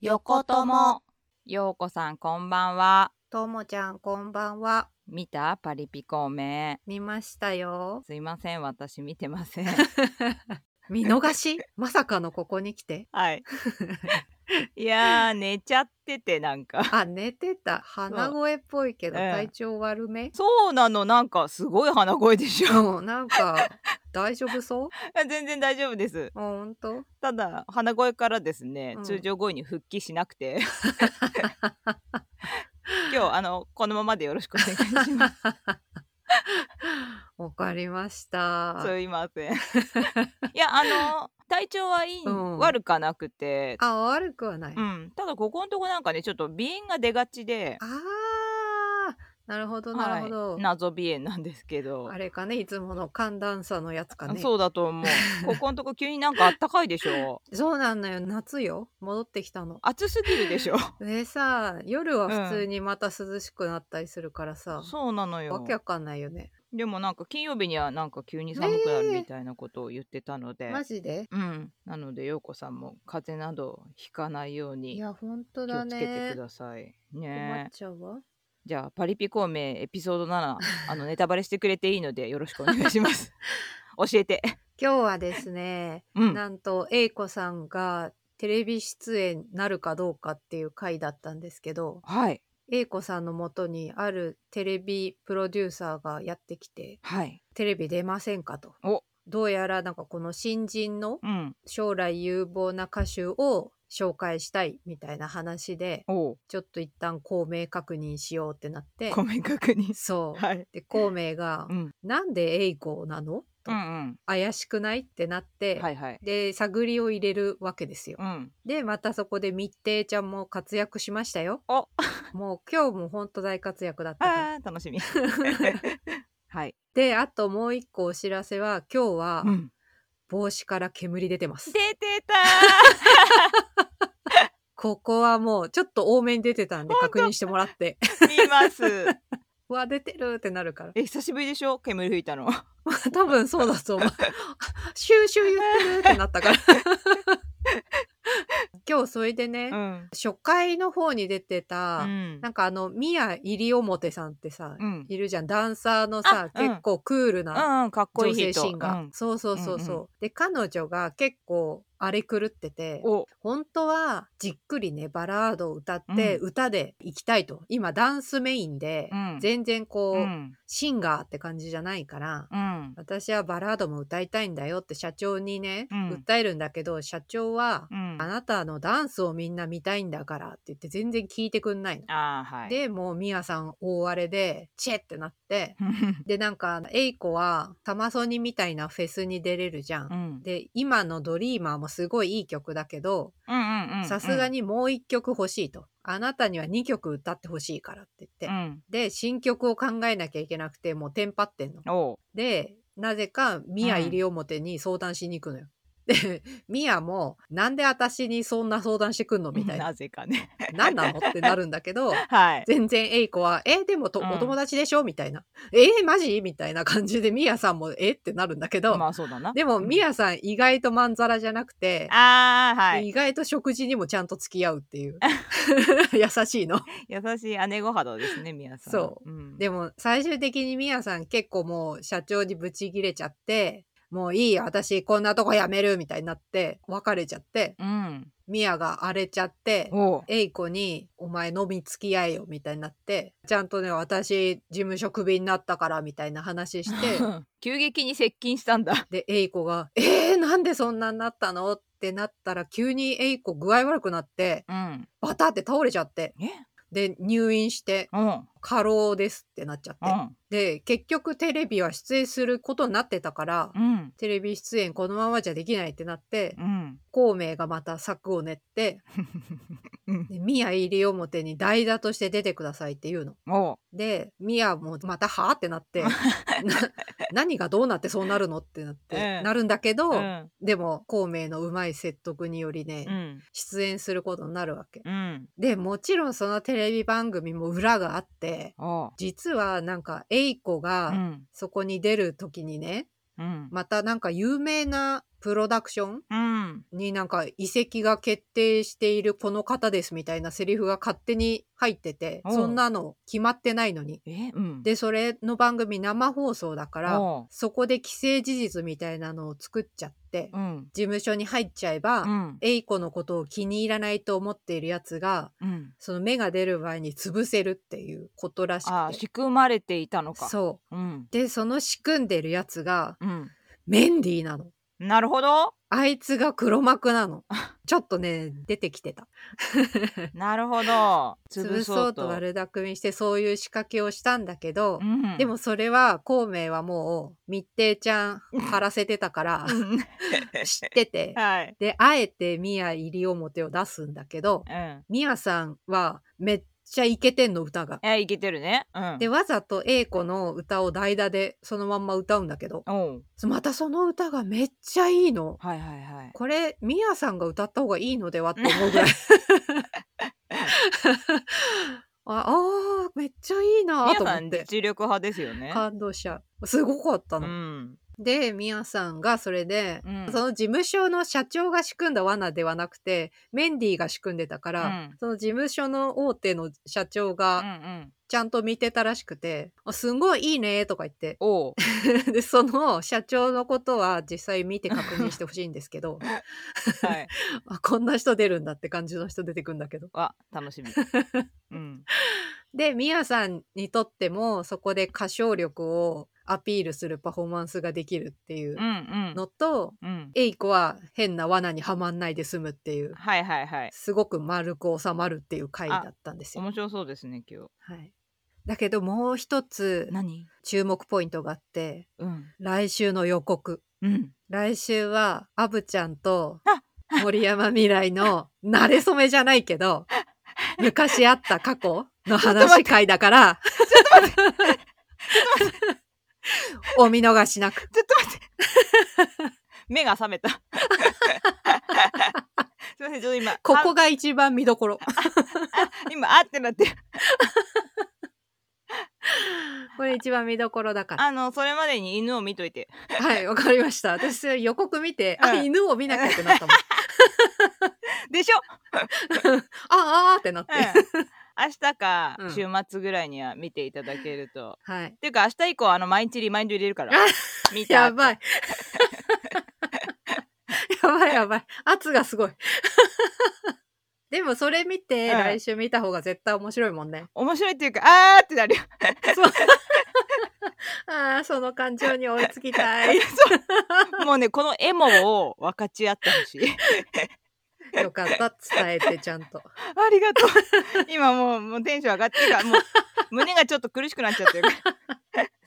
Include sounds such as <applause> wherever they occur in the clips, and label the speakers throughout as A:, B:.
A: 横友
B: ようこさんこんばんは
A: ともちゃんこんば
B: <laughs>
A: んは
B: 見たパリピ孔明
A: 見ましたよ
B: すいません私見てませ
A: <laughs>
B: ん
A: 見逃しまさかのここに来て
B: はい
A: <laughs>
B: いやー寝ちゃっててなんか
A: あ寝てた鼻声っぽいけど
B: ええ
A: 体調悪め
B: そうなのなんかすごい鼻声でしょ
A: うんなんか大丈夫そう
B: <laughs> 全然大丈夫です
A: あほんと
B: ただ鼻声からですね、
A: うん
B: 通常声に復帰しなく
A: <laughs>
B: て今日あのこのままでよろしくお願いします
A: <laughs> わかりました
B: すいませんいやあの体調はいい、
A: うん
B: 悪かなくて
A: あ悪くはない、
B: う
A: あ
B: ん、ただここのとこなんかねちょっと鼻炎が出がちで
A: あーなるほどなるほど、
B: はい、謎鼻炎なんですけど
A: あれかねいつもの寒暖差のやつかね
B: そうだと思うここのとこ急になんかあったかいでし
A: <laughs>
B: ょ
A: そうなんだよ夏よ戻ってきたの
B: 暑すぎるでしょ
A: でさ夜は普通にまた涼しくなったりするからさ、
B: そうなの
A: わ
B: よ
A: けわかんないよね
B: でもなんか金曜日にはなんか急に寒くなるみたいなことを言ってたので、
A: マジで
B: うん、なので陽子さんも風邪などひかないよう
A: い
B: に
A: やほんと
B: 気
A: だ
B: をつけ
A: ね
B: てください
A: 困っ
B: ね
A: ちゃうわ
B: じゃあパリピ孔明エピソード7あのネタバレしてくれていいのでよろしくお願いします
A: <laughs>
B: 教えて
A: 今日はですね
B: うん
A: なんと A 子さんがテレビ出演なるかどうかっていう回だったんですけど
B: はい
A: A 子さんのもとにあるテレビプロデューサーがやってきて
B: はい
A: 「テレビ出ませんか?」と
B: お。
A: どうやらなんかこの新人の
B: うん
A: 将来有望な歌手を紹介したいみたいな話で
B: おう
A: ちょっと一旦公明確認しようってなって
B: ごめん確認
A: そう、
B: はい
A: で孔明が
B: うん
A: 「なんで A 子なの?」と
B: うん
A: 怪しくないってなって、
B: うんはいはい
A: で探りを入れるわけですよ。
B: うん
A: でまたそこで密偵ちゃんも活躍しましたよ。
B: お <laughs>
A: もう今日もほんと大活躍だったから。
B: あー楽し <laughs> みはい、
A: であともう一個お知らせは今日は
B: ん、
A: 帽子から煙出てま
B: 出
A: す。
B: てた
A: ここはもうちょっと多めに出てたんで確認してもら
B: <laughs>
A: って。
B: ー見ます
A: うわ出てるってなるから。
B: え久しぶりでしょ煙吹いたの
A: 多分そう
B: <laughs>
A: だと思う。シューシュー言ってるってなったから。今日それでね、
B: ん
A: 初回の方に出てた、
B: うん
A: なんかあの宮入表さんってさ、
B: うん
A: いるじゃんダンサーのさ、
B: あうん
A: 結構クールな
B: うん、かっこい
A: 女
B: い
A: 性
B: 人
A: シーンが、
B: うん
A: そうそうそうそう、
B: うん
A: で彼女が結構荒れ狂ってて
B: お
A: 本当はじっくりねバラードを歌って、
B: う
A: 歌で行きたいと今ダンスメインで、
B: うん
A: 全然こう、
B: うん
A: シンガーって感じじゃないから
B: うん
A: 私はバラードも歌いたいんだよって社長にね、
B: うん
A: 訴えるんだけど社長は、
B: うん
A: あなたのダンスをみんな見たいんだからって言って全然聞いてくんないの。
B: あーはい
A: でもうミヤさん大荒れでチェってなって
B: <laughs> うん
A: でなんかエイコはタマソニみたいなフェスに出れるじゃん。
B: うん
A: で今の「ドリーマーもすごいいい曲だけど
B: うんうん
A: さすがにもう1曲欲しいと、あなたには2曲歌ってほしいからって言って、
B: うん
A: で新曲を考えなきゃいけなくてもうテンパってんの。
B: おう
A: でなぜかミヤ入表に相談しに行くのよ。でミヤも「なんで私にそんな相談してくんの?」みたいな
B: なぜかね <laughs>
A: 「何なの?」ってなるんだけど
B: はい
A: <laughs> 全然エイコは「えでもと、
B: うん
A: お友達でしょ?」みたいな「えマジ?」みたいな感じでミヤさんも「えっ?」てなるんだけど、
B: まあそうだな
A: でもミ
B: うん
A: ヤさん意外とまんざらじゃなくて、
B: あーはい
A: 意外と食事にもちゃんと付き合うっていう <laughs> 優しいの。
B: 優しい姉御肌ですね宮さん、
A: そう
B: ん、
A: でも最終的にミヤさん結構もう社長にブチギレちゃってもういいよ私こんなとこやめるみたいになって別れちゃって
B: うん
A: ミヤが荒れちゃって
B: おう
A: エイコに「お前飲み付き合えよ」みたいになってちゃんとね私事務所クビになったからみたいな話して
B: <laughs> 急激に接近したんだ
A: でエイコが「えー、なんでそんなになったの?」ってなったら急にエイコ具合悪くなって
B: うん
A: バタって倒れちゃって
B: え
A: で入院して
B: うんうん
A: 過労ですってなっちゃって。で結局テレビは出演することになってたから、
B: うん
A: テレビ出演このままじゃできないってなって、
B: うん
A: 孔明がまた策を練って「で宮入表に代打として出てください」って言うの。
B: おう
A: で宮もまた「はあ?」ってなっ
B: <laughs>
A: てな何がどうなってそうなるのってなって、
B: ええ
A: なるんだけど、
B: うん
A: でも孔明のうまい説得によりね、
B: うん
A: 出演することになるわけ。
B: うん
A: でもちろんそのテレビ番組も裏があって
B: おう
A: 実はなんかエイコが、
B: うん
A: そこに出る時にね
B: うん
A: またなんか有名なプロダクション
B: うん
A: になんか移籍が決定しているこの方ですみたいなセリフが勝手に入ってて、
B: うん
A: そんなの決まってないのに。
B: えうん
A: で、それの番組生放送だから、
B: おう
A: そこで既成事実みたいなのを作っちゃって、
B: うん
A: 事務所に入っちゃえば、
B: うん
A: エイコのことを気に入らないと思っているやつが、
B: うん
A: その芽が出る前に潰せるっていうことらし
B: あー
A: くて。
B: 仕組まれていたのか
A: そう
B: うん
A: う。で、その仕組んでるやつが、
B: うん
A: メンディーなの。
B: なるほど
A: あいつが黒幕な
B: <laughs>
A: の。ちょっとね、出てきてた。
B: なるほ <laughs> ど
A: 潰そうと悪巧みしてそういう仕掛けをしたんだけど、
B: うん
A: でもそれは孔明はもう密偵ちゃん張らせてた
B: <laughs>
A: から
B: うん
A: 知ってて
B: はい
A: であえて宮入表を出すんだけど
B: うん
A: 宮さんはめっちゃイケてんの歌が。
B: えいけてるねうん
A: でわざと英子の歌を代打でそのまんま歌うんだけど
B: おう
A: またその歌がめっちゃいいの。
B: はいはいはい
A: これミヤさんが歌った方がいいのではって思う
B: <laughs>
A: ぐらいああーめっちゃいいな
B: 皆
A: と
B: さ
A: 思
B: ん
A: って
B: 実力派ですよね
A: 感動しちゃうすごかった
B: う
A: の。
B: ん
A: でミヤさんがそれで、
B: うん
A: その事務所の社長が仕組んだ罠ではなくてメンディーが仕組んでたから、
B: うん
A: その事務所の大手の社長
B: うんう
A: が
B: ん
A: ちゃんと見てたらしくて「あすごいいいね」とか言って <laughs>
B: おう
A: でその社長のことは実際見て確認してほしいんですけど。 <laughs>
B: はい
A: あこんな人出るんだって感じの人出てくんだけど。
B: わ楽
A: <laughs>
B: しみうん
A: で、ミヤさんにとってもそこで歌唱力をアピールするパフォーマンスができるっていう
B: うんうん
A: のと、
B: うん
A: エイコは変な罠にはまんないで済むっていう、
B: はいはいはい
A: すごく丸く収まるっていう回だったんですよ。
B: 面白そうですね今日
A: はい。だけどもう一つ
B: 何
A: 注目ポイントがあって、
B: うん
A: 来週の予告。
B: うん
A: 来週はアブちゃんと <laughs>
B: あ
A: 森山未来の慣れ初めじゃないけ <laughs> ど昔あった過去の話会だからお見逃しなく
B: ちょっと待って。目が覚め
A: <laughs>
B: た。すいません、ちょっと今。
A: ここが一番見どころ
B: あ今、あってなって。
A: これ一番見どころだから
B: あの、それまでに犬を見といて。
A: はいわかりました私予告見て、あ
B: うん
A: 犬を見なきゃってなったもん
B: でしょ、
A: あーあーってな <laughs> って、
B: うん、明日か
A: うん
B: 週末ぐらいには見ていただけると。
A: はい
B: っていうか、明日以降、あの、毎日リマインド入れるから。見た
A: <laughs> やばいや <laughs> ばいやばい圧がすごいでもそれ見て、
B: うん
A: 来週見た方が絶対面白いもんね
B: 面白いっていうか、あーってなるよ。
A: <laughs> ああ、その感情に追いつきた <laughs> い。
B: もうね、このエモを分かち合ってほしい。
A: よかった、伝えてちゃんと。
B: <laughs> ありがとう。今もう、もうテンション上がってるから、 <laughs> もう、胸がちょっと苦しくなっちゃってるか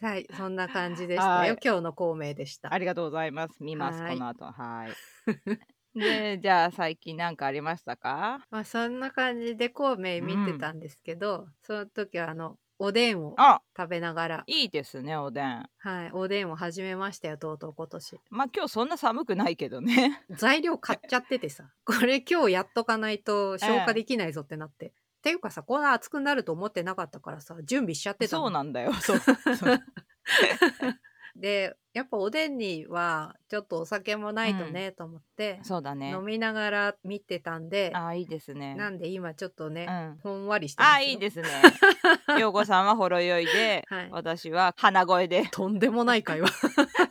B: ら。
A: はい、そんな感じでした
B: は
A: よ
B: い。
A: 今日の孔明でした。
B: ありがとうございます。見ます、
A: はー
B: こ
A: い
B: の後。はー <laughs> い。で、じゃあ最近なんかありましたか
A: まあ、そんな感じで孔明見てたんですけど、その時はあの、おでんを
B: あ
A: 食べながら、
B: いいですね、おでん。
A: はい、おでんを始めましたよ、とうとう今年。
B: まあ今日そんな寒くないけどね。
A: 材料買っちゃって
B: <laughs>
A: てさ、これ今日やっとかないと消化できないぞってなって。っていうかさ、こんな暑くなると思ってなかったからさ、準備しちゃってたの
B: そうなんだ <laughs> よ。そうそう
A: で、やっぱおでんにはちょっとお酒もないとね、と思って、
B: そうだね
A: 飲。みながら見てたんで、
B: あいいですね。
A: なんで今ちょっと
B: う
A: ね、
B: ん。
A: ほんわりして
B: あいいですす <laughs> ね。ようこさんはほろ酔いで、
A: はい
B: 私は鼻声で <laughs>
A: よ。。とんでもない会話。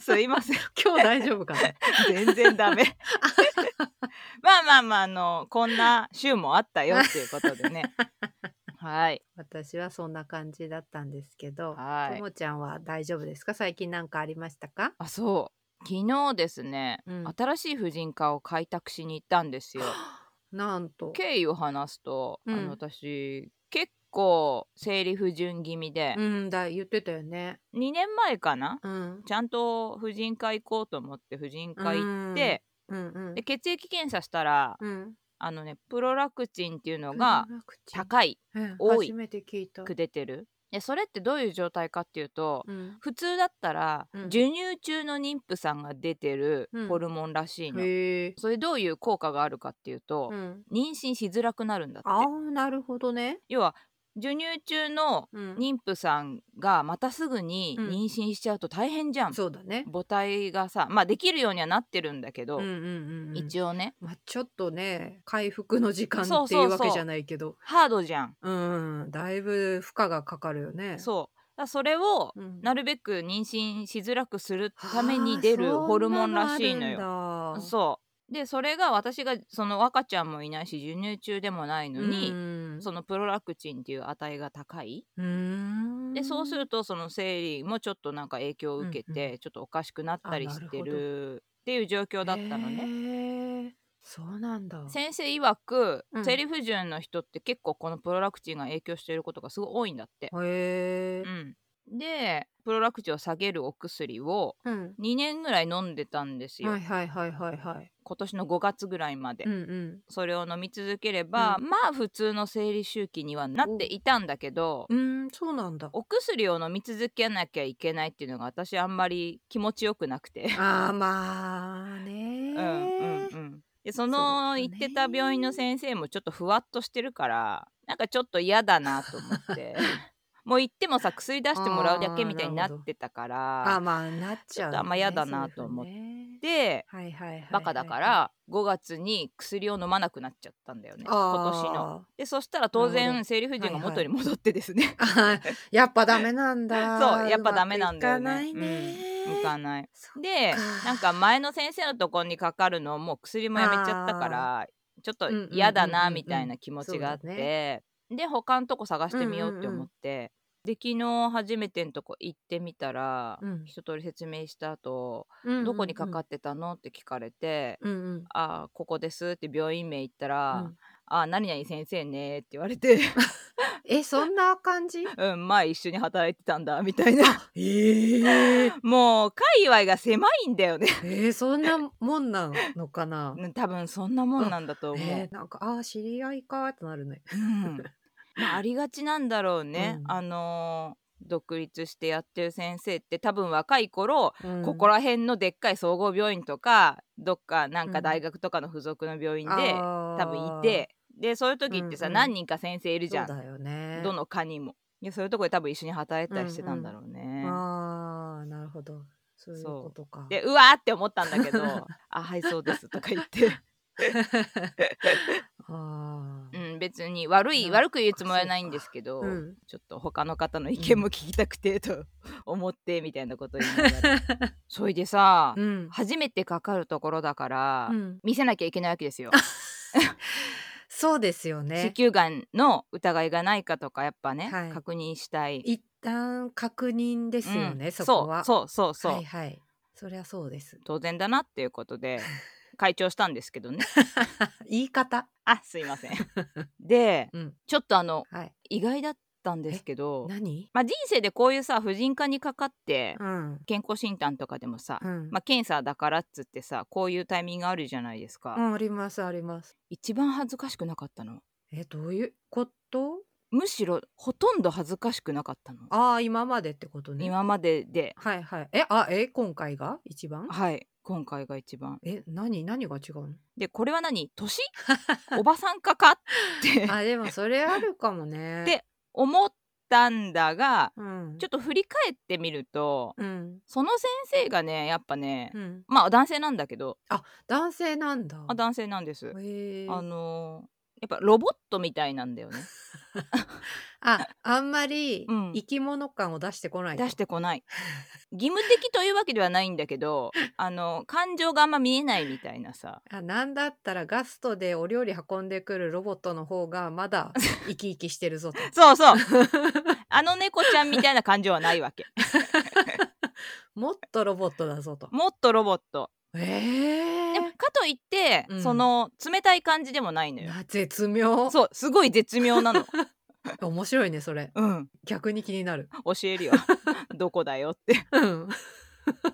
B: すいません。
A: 今日大丈夫かな
B: 全然ダメ。まあまあまあ、あの、こんな週もあったよっていうことでね。はい。
A: 私はそんな感じだったんですけ
B: <laughs>
A: ど、
B: はい
A: <laughs> ともちゃんは大丈夫ですか最近なんかありましたか
B: あそう昨日ですね、
A: うん
B: 新しい婦人科を開拓しに行ったんですよ。
A: なんと。
B: 経緯を話すと、あ
A: うん
B: の私結構生理不順気味で
A: う、んだ、言ってたよね。
B: 2年前かな
A: うん。
B: ちゃんと婦人科行こうと思って婦人科行って、
A: うんうん
B: で。血液検査したら
A: うん。
B: あのねプロラクチンっていうのが
A: プロダクチン、
B: 高い
A: うん
B: 多い
A: 初めて聞いた。
B: く出てる。でそれってどういう状態かっていうと、
A: うん。
B: 普通だったら、
A: うん
B: 授乳中の妊婦さんが出てる
A: うん
B: ホルモンらしいの。
A: へえ。
B: それどういう効果があるかっていうと、
A: うん。
B: 妊娠しづらくなるんだって
A: ああ、なるほどね。
B: 要は授乳中の
A: うん
B: 妊婦さんがまたすぐに
A: うん
B: 妊娠しちゃうと大変じゃん、
A: そうだね。
B: 母体がさまあできるようにはなってるんだけど、
A: うんうんうん、
B: 一応ね
A: まあ、ちょっとね回復の時間
B: そ
A: っ
B: う
A: て
B: そう
A: い
B: そう
A: うわけじゃないけど
B: ハードじゃん
A: うんだいぶ負荷がかかるよね。
B: そうだからそれを
A: うん
B: なるべく妊娠しづらくするために出るホルモンらしいのよ。
A: よ
B: そうでそれが私がその赤ちゃんもいないし授乳中でもないのに、
A: うん
B: そのプロラクチンっていう値が高い、
A: うん
B: でそうするとその生理もちょっとなんか影響を受けて、
A: うん
B: ちょっとおかしくなったり
A: あ
B: して
A: なるほ
B: るっていう状況だったのね。
A: ね。そうなんだ。
B: 先生曰く、
A: うん
B: 生理不順の人って結構このプロラクチンが影響していることがすごい多いんだって。
A: へえ
B: う。ん、でプロラクチンを下げるお薬を
A: うん。
B: 2年ぐらい飲んでたんですよ、
A: はいはいはいはいはい。
B: 今年の5月ぐらいまで、
A: うんうん。
B: それを飲み続ければ、
A: う
B: まあ普通の生理周期にはなっていたんだけど、
A: うんそうなんだ。
B: お薬を飲み続けなきゃいけないっていうのが私あんまり気持ちよくなくて
A: あーまあ
B: <laughs>
A: ね
B: うんうんうんでそ
A: そう
B: の
A: ね
B: 行ってた病院の先生もちょっとふわっとしてるからなんかちょっと嫌だなと思って
A: <laughs>
B: もう行ってもさ薬出してもらうだけみたいになってたから
A: あーまあなっちゃ
B: ちょ
A: う、。
B: っとあんま嫌だなと思ってで
A: はいはいはいはい。
B: バカだから5月に薬を飲まなくなっちゃったんだよね今年の。
A: の。
B: でそしたら当
A: なるほど
B: 然生理不順が元に戻ってですね、
A: <laughs> あーやっぱダメなん <laughs> だ。
B: そうやっぱダメなんだよ
A: う
B: ね。
A: まくいかないね。
B: うん、いかない
A: そっ
B: で
A: か
B: なんか前の先生のとこにかかるのをもう薬もやめちゃったからちょっと
A: うんうんうんうん
B: 嫌だなみたいな気持ちがあって、
A: そうだ
B: で他のとこ探してみようって思って、で昨日初めてのとこ行ってみたら、
A: うん
B: 一通り説明した後、どこにかか
A: っ
B: ってたのって聞かれて、
A: うんうん。
B: あーここですって病院名言ったら、
A: うん
B: あー何々先生ねって言われ
A: <laughs>
B: て
A: えそんな感じ？
B: うん前一緒に働いてたんだみたい
A: <laughs>
B: な
A: ええ
B: もう界隈が狭いんだ
A: <laughs>
B: よね。
A: えー、そんなもんなのかな
B: 多分そんなもんなんだと思う、
A: えー、なんかあー知り合いかーってなるね。
B: うんまあ、ありがちなんだろうね、
A: うん
B: あのー独立してやってる先生って多分若い頃、
A: うん
B: ここら辺のでっかい総合病院とかどっかなんか大学とかの付属の病院で、
A: 多
B: 多分いてでそういう時ってさ、
A: うんうん
B: 何人か先生いるじゃん
A: そうだよね。
B: どの科にもいやそういうとこで多分一緒に働いてたりしてたんだろうね。
A: ああなるほどそういう
B: そう
A: ことか。
B: でうわーって思ったんだけど <laughs> 「あはいそうです」とか言って、
A: <laughs> あ
B: う
A: ー
B: ん、別に悪
A: う
B: い
A: ん
B: 悪く言うつもりはないんですけ <laughs> ど、
A: うん
B: ちょっと他の方の意見も聞きたくてと <laughs> 思ってみたいなこと言いながらそれでさ、
A: うん
B: 初めてかかるところだから、
A: うん
B: 見せなきゃいけないわけですよ。
A: そうですよね
B: 子。宮がんの疑いがないかとかやっぱね、
A: はい
B: 確認したい。
A: 一旦確認ですよね、
B: うん
A: そこは。
B: そうそうそうそう、
A: はいはい。そりゃそうです。 <laughs>
B: 当然だなっていうことで会長したんですけど
A: <laughs>
B: ね
A: 言い方。
B: あすいま
A: <laughs>
B: せんで
A: うん。
B: ちょっとあの
A: はい。
B: 意外だったんですけど、
A: 何？
B: まあ、人生でこういうさ婦人科にかかって
A: うん。
B: 健康診断とかでもさ、
A: うん。
B: まあ、検査だからっつってさこういうタイミングあるじゃないですか、
A: うん、ありますあります。
B: 一番恥ずかしくなかったの
A: えどういうこと？
B: むしろほとんど恥ずかしくなかったの
A: ああ今までってことね。
B: 今までで
A: はいはい。えあえ今回が一番？
B: はい今回が一番
A: え何何が違うの？
B: でこれは何
A: <laughs>
B: 年おばさんかかって
A: あでもそれあるかもね。
B: で思ったんだが
A: うん、
B: ちょっと振り返ってみると
A: うん
B: その先生がねやっぱね、
A: うん、
B: まあ男性なんだけど
A: 男性なんだ。
B: あ男性なんです
A: へえ
B: あのーやっぱロボットみたいなんだよね
A: ああんまり
B: うん
A: 生き物感を出してこないと、
B: 出してこない義務的というわけではないんだけどあの感情があんま見えないみたいなさ
A: あなんだったらガストでお料理運んでくるロボットの方が
B: <laughs>
A: まだ生き生きしてるぞと。
B: そうそうあの猫ちゃんみたいな感情はない <laughs> わけ
A: もっとロボットだぞと。
B: もっとロボット
A: え
B: でも
A: え
B: かといって、
A: うん
B: その冷たい感じでもないのよ
A: な絶妙
B: そうすごい絶妙なの
A: 面白いねそれ
B: <laughs> うん
A: 逆に気になる。
B: 教える <laughs> よどこだよって
A: うん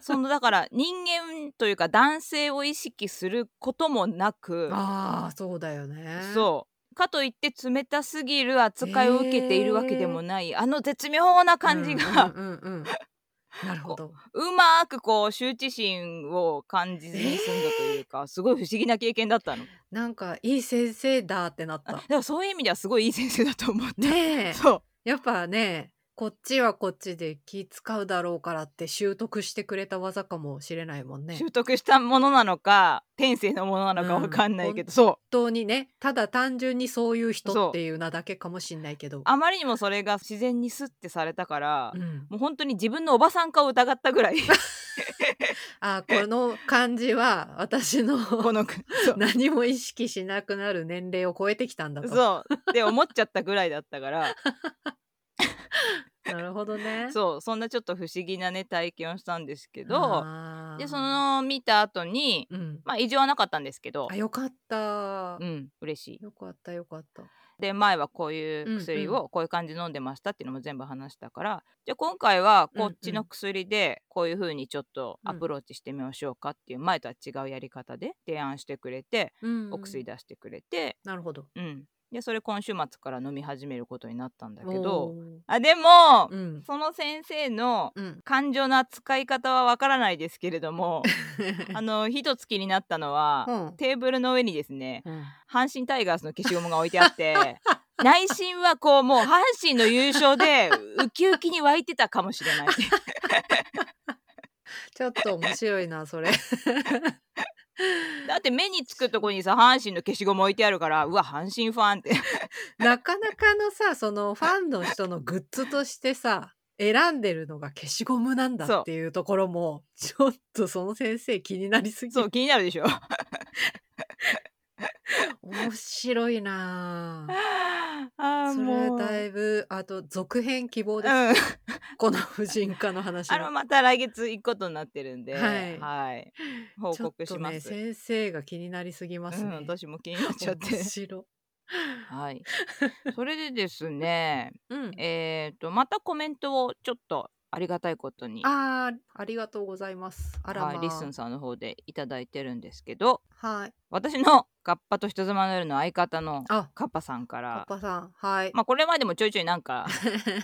B: そのだから人間というか男性を意識することもなく
A: ああそうだよね。
B: そうかといって冷たすぎる扱いを受けているわけでもない、あの絶妙な感じが、
A: うんうんうんうんなるほど。
B: うまーくこう羞恥心を感じずに済んだというか、すごい不思議な経験だった
A: <laughs>
B: の
A: なんかいい先生だってなっ
B: だか
A: た。
B: らそういう意味ではすごいいい先生だと思った、
A: ね
B: <laughs>
A: え。
B: そう
A: やっぱね、こっちはこっちで気使うだろうからって習得してくれた技かもしれないもんね。
B: 習得したものなのか天性のものなのか
A: うん
B: わかんないけど、そう
A: 本当にね、ただ単純にそういう人
B: そう
A: っていうなだけかもしんないけど。
B: あまりにもそれが自然にスッてされたから、
A: うん、
B: もう本当に自分のおばさんかを疑った
A: <laughs>
B: ぐらい
A: あこの感じは私の
B: このそう
A: <laughs> 何も意識しなくなる年齢を超えてきたんだと。
B: そうって思っちゃったぐらいだった
A: <laughs>
B: から
A: なるほどね。
B: そうそんなちょっと不思議なね体験をしたんですけど
A: あー
B: でそ、の見た後に
A: うん、
B: まあ異常はなかったんですけど
A: あよかった、
B: うん嬉しい
A: よかったよかった。
B: で前はこういう薬
A: うん
B: をこういう感じで飲んでましたっていうのも全部話したから、じゃあ今回はこっち
A: うんう
B: の
A: ん
B: 薬でこういう風にちょっと
A: うん
B: アプローチしてみましょうかっていう前とは違うやり方で提案してくれて
A: うん
B: お薬出してくれて、
A: なるほど。
B: うん、でそれ今週末から飲み始めることになったんだけ
A: お
B: ど
A: ー
B: あでも、
A: うん
B: その先生の
A: うん、
B: 感情の扱い方はわからないですけれど
A: <laughs>
B: もあの一月になったのは、
A: うん
B: テーブルの上にですね
A: うん
B: 阪神タイガースの消しゴムが置いてあって
A: <laughs>
B: 内心はこうもう阪神の優勝でウキウキに湧いてたかもし
A: <laughs>
B: れない
A: ちょっと面白い
B: <laughs>
A: なそれ。 <laughs>
B: だって目につくとこにさ阪神の消しゴム置いてあるからうわ阪神ファンっ
A: <laughs>
B: て
A: なかなかのさそのファンの人のグッズとしてさ選んでるのが消しゴムなんだっていうところもちょっとその先生気になりすぎ
B: そう気になるでしょ
A: <laughs> 面白いなぁ
B: あー
A: それ
B: もう
A: だいぶあと続編希望です、
B: うん
A: この婦人科の話
B: あの
A: は
B: また来月行くことになってるんで、
A: はい
B: はい報
A: ちょっ
B: 告し
A: と
B: ま
A: ね
B: す。
A: 先生が気になりすぎます
B: う
A: ね、
B: ん、私も気になっち
A: <laughs>
B: ゃって
A: 面白
B: はいそれでですね
A: うん
B: えっ、とまたコメントをちょっとありがたいことに
A: あーありがとうございますあらま
B: はい、リッスンさんの方でいただいてるんですけど
A: はい
B: 私のカッパと人妻の夜の相方の
A: あ
B: カッパさんか
A: パ
B: ら
A: パさんはい、
B: まあこれまでもちょいちょいなん
A: <laughs>
B: か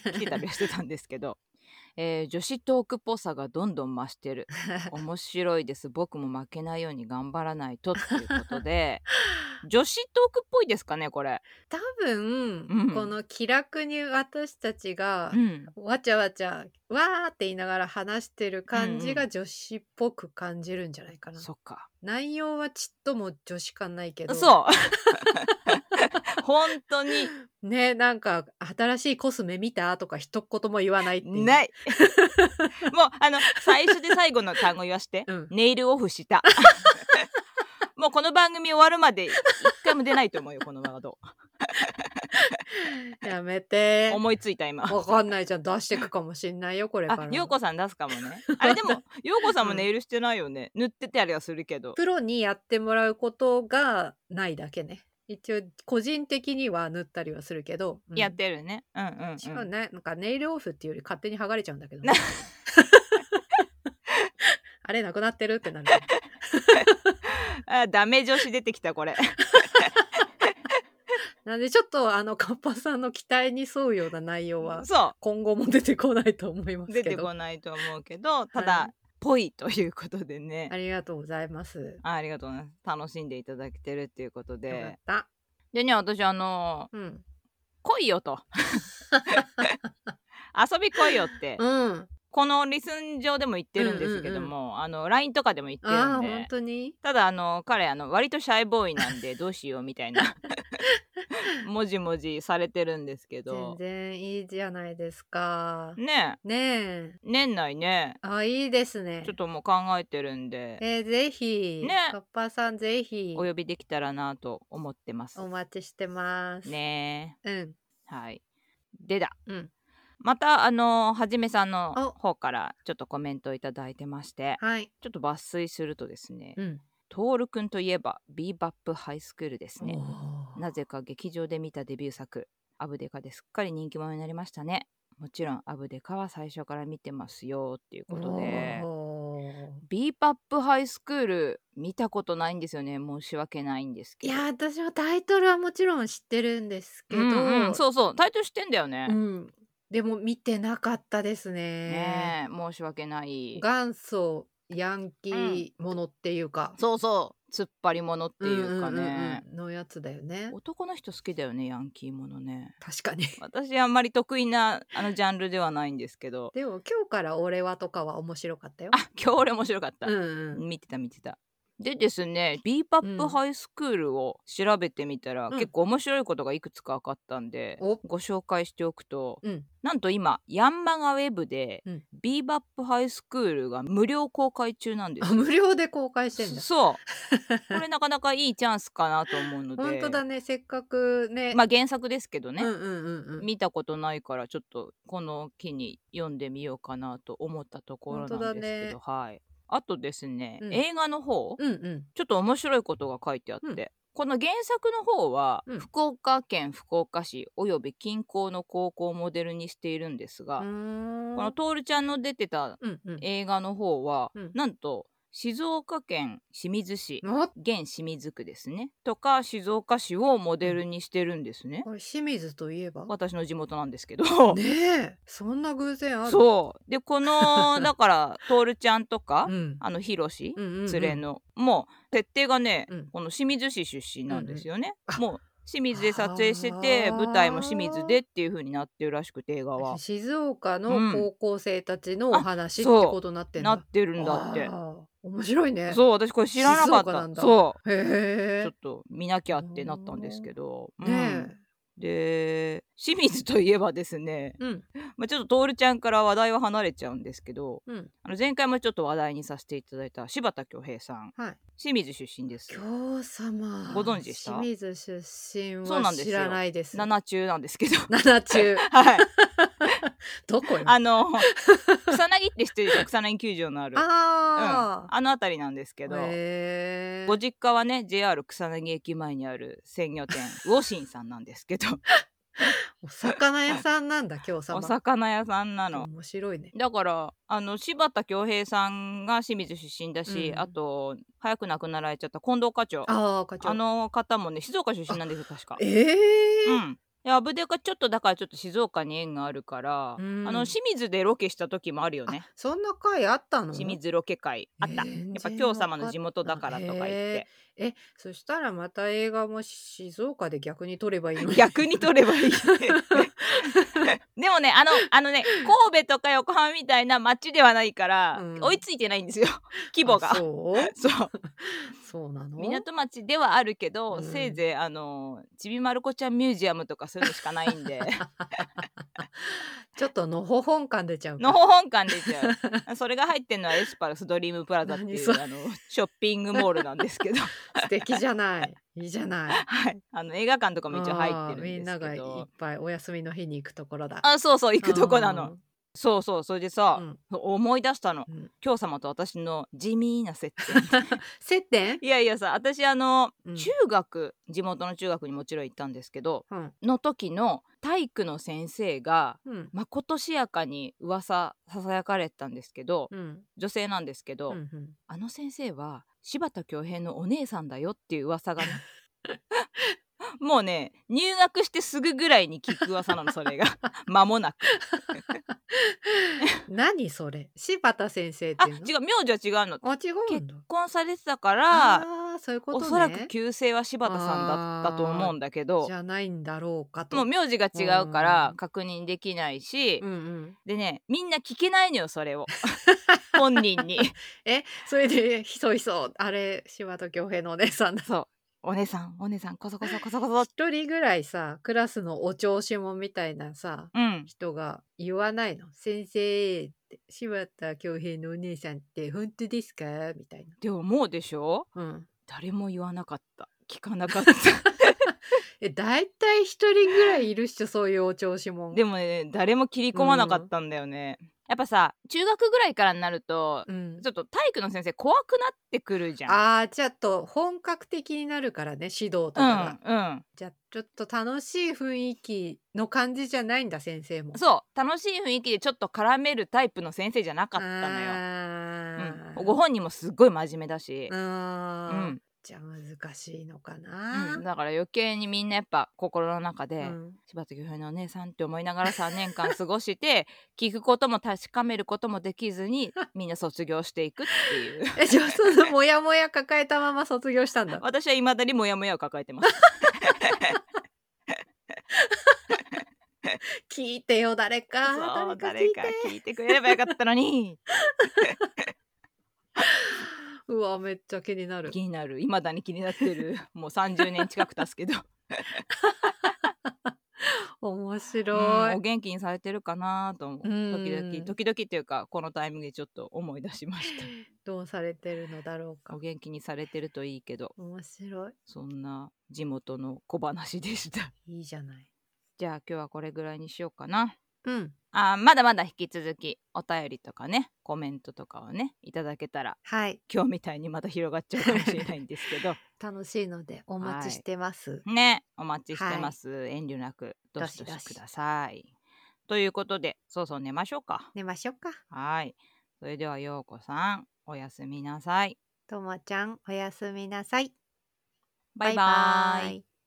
B: 来てたりはしてたんですけど、えー女子トークっぽさがどんどん増して
A: <laughs>
B: る面白いです僕も負けないように頑張らないとっていうこと
A: <laughs>
B: で女子トークっぽいですかねこれ。
A: 多分、
B: うん
A: この気楽に私たちが
B: うん
A: わちゃわちゃわーって言いながら話してる感じ
B: う
A: が女子っぽく感じるんじゃないかな、
B: そっか
A: 内容はちっとも女子感ないけど <laughs>
B: そう本当に
A: ねなんか新しいコスメ見たとか一言も言わないっていう
B: ないもうあの最初で最後の単語言わして、
A: <laughs> うん
B: ネイルオフした
A: <laughs>
B: もうこの番組終わるまで一回も出ないと思うよこのワード
A: やめて
B: 思いついた今
A: わかんないじゃん出してくかもしんないよこれから
B: あようこさん出すかもねあれで
A: <laughs>
B: もようこさんもネイルしてないよね、塗ってたりはするけど
A: プロにやってもらうことがないだけね一応個人的には塗ったりはするけど、うん
B: やってるねうんうん、うん、
A: しかもね、なんかネイルオフっていうより勝手に剥がれちゃうんだけどね、 <laughs> あれなくなってるってなるよね。
B: あダメ女子出てきたこれ
A: なんでちょっとあのカッパさんの期待に沿うような内容は
B: <laughs> そ
A: 今後も出てこないと思いま
B: う
A: す
B: 出
A: け
B: て
A: ど
B: こ。ないと思うけどただ、
A: はい
B: ぽいということでね
A: ありがとうございます。
B: あありがとうございます楽しんでいただけてるっていうこと
A: よかっ
B: で
A: た。
B: でね私あのー
A: うん。
B: 来いよと遊び来いよって、
A: うん。
B: このリスン上でも言ってるんですけども、あの LINE とかでも言って
A: あ
B: る
A: あ、
B: ん
A: 本
B: で
A: 当に
B: ただあの彼あの割とシャイボーイなんでどうしようみたいなもじもじされてるんですけ
A: 全
B: ど
A: 然いいじゃないですか。
B: ねえ
A: ねえ。
B: 年内ね
A: あ、いいですね
B: ちょっ。ともう考えてるんで
A: えー、ぜひ、
B: ね
A: カッパさんぜひ
B: お呼びできたらなと思ってます
A: お待ちしてます。。
B: ね
A: うん。
B: えはいでだ
A: うん。
B: またあのはじめさんの
A: お
B: 方からちょっとコメントをいただいてまして
A: はい。
B: ちょっと抜粋するとですね、
A: うん。
B: トールくんといえばビーバップハイスクールですね。
A: おー
B: なぜか劇場で見たデビュー作、アブデカですっかり人気者になりましたね。もちろんアブデカは最初から見てますよっていうことで、
A: おー
B: ビーバップハイスクール見たことないんですよね。申し訳ないんですけ
A: い
B: ど。
A: や私もタイトルはもちろん知ってるんですけど、
B: うんうんそうそう、タイトルしてんだよね。
A: うんでも見てなかったですね。
B: ねえ申し訳ない
A: 元祖ヤンキーものっていうか、
B: そうそう突っ張り者っていうかね、
A: んんうんうんのやつだよね。
B: 男の人好きだよねヤンキーものね
A: 確かに。
B: 私あんまり得意なあのジャンルではないんですけど
A: <laughs> でも今日から俺はとかは面白かったよ。
B: あ今日俺面白かった、
A: うんうん。
B: 見てた見てたでですね b パッ
A: う
B: プ
A: ん
B: ハイスクールを調べてみたら、
A: うん
B: 結構面白いことがいくつか分かったんで、
A: お
B: ご紹介しておくと
A: うん。
B: なんと今ヤンマガウェブで、
A: うん
B: b バップハイスクールが無料公開中なんです
A: あ
B: よ
A: 無料で公開してんだ。
B: そうこれなかなかいいチャンスかなと思うので
A: <laughs> 本当だね。せっかくね。
B: まあ原作ですけどね、
A: うんうんうんうん。
B: 見たことないからちょっとこの機に読んでみようかなと思ったところなん
A: 本当だ
B: です
A: ね
B: けど、はいあとですね、
A: うん
B: 映画の方、
A: うんうん。
B: ちょっと面白いことが書いてあって、
A: う
B: この原作の方は、
A: うん
B: 福岡県福岡市および近郊の高校をモデルにしているんですが、
A: うーん
B: このトールちゃんの出てた
A: うんうん。
B: 映画の方は、
A: うん
B: なんと静岡県清水市
A: お
B: 現清水区ですねとか静岡市をモデルにしてるんですね、
A: これ清水といえば。
B: 私の地元なんですけど、
A: ねえ。そんな偶然ある。う。
B: そうでこ
A: <laughs>
B: のだからトールちゃんとか、
A: うん。
B: あのひろし
A: うんうんうん
B: 連れの、もう設定がね、
A: うん
B: この清水市出身なんですよね、
A: うんうん
B: もう清水で撮影してて
A: あー
B: 舞台も清水でっていう風になってるらしくて映画は
A: 静岡
B: うん
A: の高校生たちのお話って
B: そう
A: ことになってんだ、
B: なってるんだって
A: あー面白いね
B: そう私これ知らなかっ
A: 静岡なん
B: た
A: だ
B: そうち
A: へ
B: ょっと見なきゃってなったんですけど、
A: え
B: うん
A: ね
B: で清水といえばですね
A: え、、うん
B: まあ、ちょっとトールちゃんから話題は離れちゃうんですけど
A: うん
B: あの前回もちょっと話題にさせていただいた柴田恭平さん
A: はい
B: 清水出身です
A: 京様
B: ご存知でした
A: 清水出身
B: そうな
A: は
B: んです
A: 知
B: よ
A: らないです
B: 七中なんですけ
A: <laughs>
B: ど
A: 七中 <laughs>
B: はい
A: どこよ
B: あの草薙って知ってるでしょ草薙球場のあるうん
A: あー、
B: あの辺りなんですけど、
A: へえ
B: ご実家はね JR 草薙駅前にある鮮魚店ウォシンさんなんですけ
A: <laughs>
B: ど
A: お魚屋さんなんだ京様
B: お魚屋さんなの。
A: 面白いね
B: だからあの柴田恭平さんが清水出身だし、
A: うん
B: あと早く亡くなられちゃった近藤課長あ
A: ああ課長
B: の方もね静岡出身なんですよ確か。
A: ええ
B: うんでアブデカちょっとだからちょっと静岡に縁があるから、
A: うん
B: あの清水でロケした時もあるよね
A: あそんな回あったの
B: 清水ロケ会あった、
A: 全然
B: やっぱ京様の地元だからとか言っ
A: へ
B: て
A: ええそしたらまた映画も静岡で逆に撮ればいいのに
B: 逆に取ればいい
A: <laughs>
B: でもねあのあのね神戸とか横浜みたいな町ではないから、
A: うん
B: 追いついてないんですよ <laughs> 規模が
A: あそう
B: そう
A: そうなの
B: 港町ではあるけど、
A: うん
B: せいぜいあのちびまる子ちゃんミュージアムとかそういうのしかないんで
A: ちょっとのほほん感出ち <laughs> ゃうか
B: のほほん感出ちゃうそれが入ってるのはエスパルスドリームプラザってい
A: 何
B: う
A: それ
B: あのショッピングモールなんです
A: <laughs>
B: けど、
A: 素敵じゃないいいじゃない
B: はい、あの映画館とかも一応入ってるん
A: あーみん
B: です
A: なが
B: け
A: いっ
B: ど
A: ぱいお休みの日に行くところだ
B: あそうそう行くとこなのそうそうそれでさ、
A: うんうん
B: 思い出したの
A: うん
B: 京様と私の地味な接
A: <laughs>
B: 点
A: 接点
B: いやいやさ私あの、
A: うん
B: 中学地元の中学にもちろん行ったんですけど
A: うん
B: の時の体育の先生が
A: うん
B: まことしやかに噂ささやかれてたんですけど
A: うん
B: 女性なんですけど、
A: うんうん
B: あの先生は柴田恭平のお姉さんだよっていう噂がね <laughs> もうね入学してすぐぐらいに聞く噂なのそ
A: <laughs>
B: れが間もなく
A: 何それ柴田先生って
B: あ
A: い
B: 違
A: うの
B: う名字は違うの
A: あ違うんだ
B: 結婚されてたから
A: あーそういうこと
B: お
A: ね
B: そらく旧姓は柴田さんだったと思うんだけど
A: じゃないんだろうかと
B: もう名字が違うから
A: うん
B: 確認できないし、
A: うんうん
B: でねみんな聞けないのよそ
A: <laughs>
B: れを本人に
A: えそれでひ <laughs> そひそあれ柴田恭平のお姉さんだ
B: そうお姉さんお姉さんこそこそこそこそ
A: 一人ぐらいさクラスのお調子者みたいなさ
B: うん
A: 人が言わないの先生って柴田恭平のお姉さんって本当ですかみたい
B: でももうでしょ
A: な、うん、
B: 誰も言わなかった聞かなかった
A: え大体一人ぐらいいるっしょそういうお調子者
B: で
A: も、
B: もね誰も切り込まなかったんだよね、やっぱさ中学ぐらいからになると
A: うん
B: ちょっと体育の先生怖くなってくるじゃん
A: あーちょっと本格的になるからね指導とかが、
B: うんうん
A: じゃあちょっと楽しい雰囲気の感じじゃないんだ先生も
B: そう楽しい雰囲気でちょっと絡めるタイプの先生じゃなかったのよ、
A: あー
B: うん、ご本人もすっごい真面目だし、う
A: あー
B: ん
A: じゃあ難しいのか
B: うん、
A: な。
B: だから余計にみんなやっぱ心の中
A: う
B: で、 <laughs>
A: ん
B: 柴田恭平のお姉さんって思いながら3年間過ごして
A: <laughs>
B: 聞くことも確かめることもできずにみんな卒業していくっていう
A: えじゃあそのモヤモヤ抱えたまま卒業した
B: <laughs>
A: んだ。
B: 私は未だにモヤモヤを抱えてます
A: 聞いてよ誰か
B: そう
A: 誰か聞
B: 誰
A: い
B: か
A: て。
B: 聞いてくれればよかったの <laughs> に
A: うわめっちゃ気になる。
B: 気になる未だに気になってるもう30年近く経つ <laughs> けど、
A: 面
B: うん
A: 白い。
B: お元気にされてるかなと思う
A: うん
B: 時々時々っていうかこのタイミングでちょっと思い出しまし
A: どうされてるのだろう
B: た <laughs>
A: か
B: お。元気にされてるといいけど
A: 面白い。
B: そんな地元の小話でした。
A: いいじゃない。
B: <laughs> じゃあ今日はこれぐらいにしようかな。
A: うん。
B: あーまだまだ引き続きお便りとかねコメントとかをねいただけたら
A: はい。
B: 今日みたいにまた広がっちゃうかもしれないんですけど
A: 楽しいのでお待ちしてます。
B: ねお待ちしてます、遠慮なくどしど
A: どしど
B: し
A: し
B: ください。ということでそうそう寝ましょうか。
A: 寝ましょうか。
B: はいそれではようこさんおやすみなさい。
A: ともちゃんおやすみなさい。
B: バイバイ
A: バイ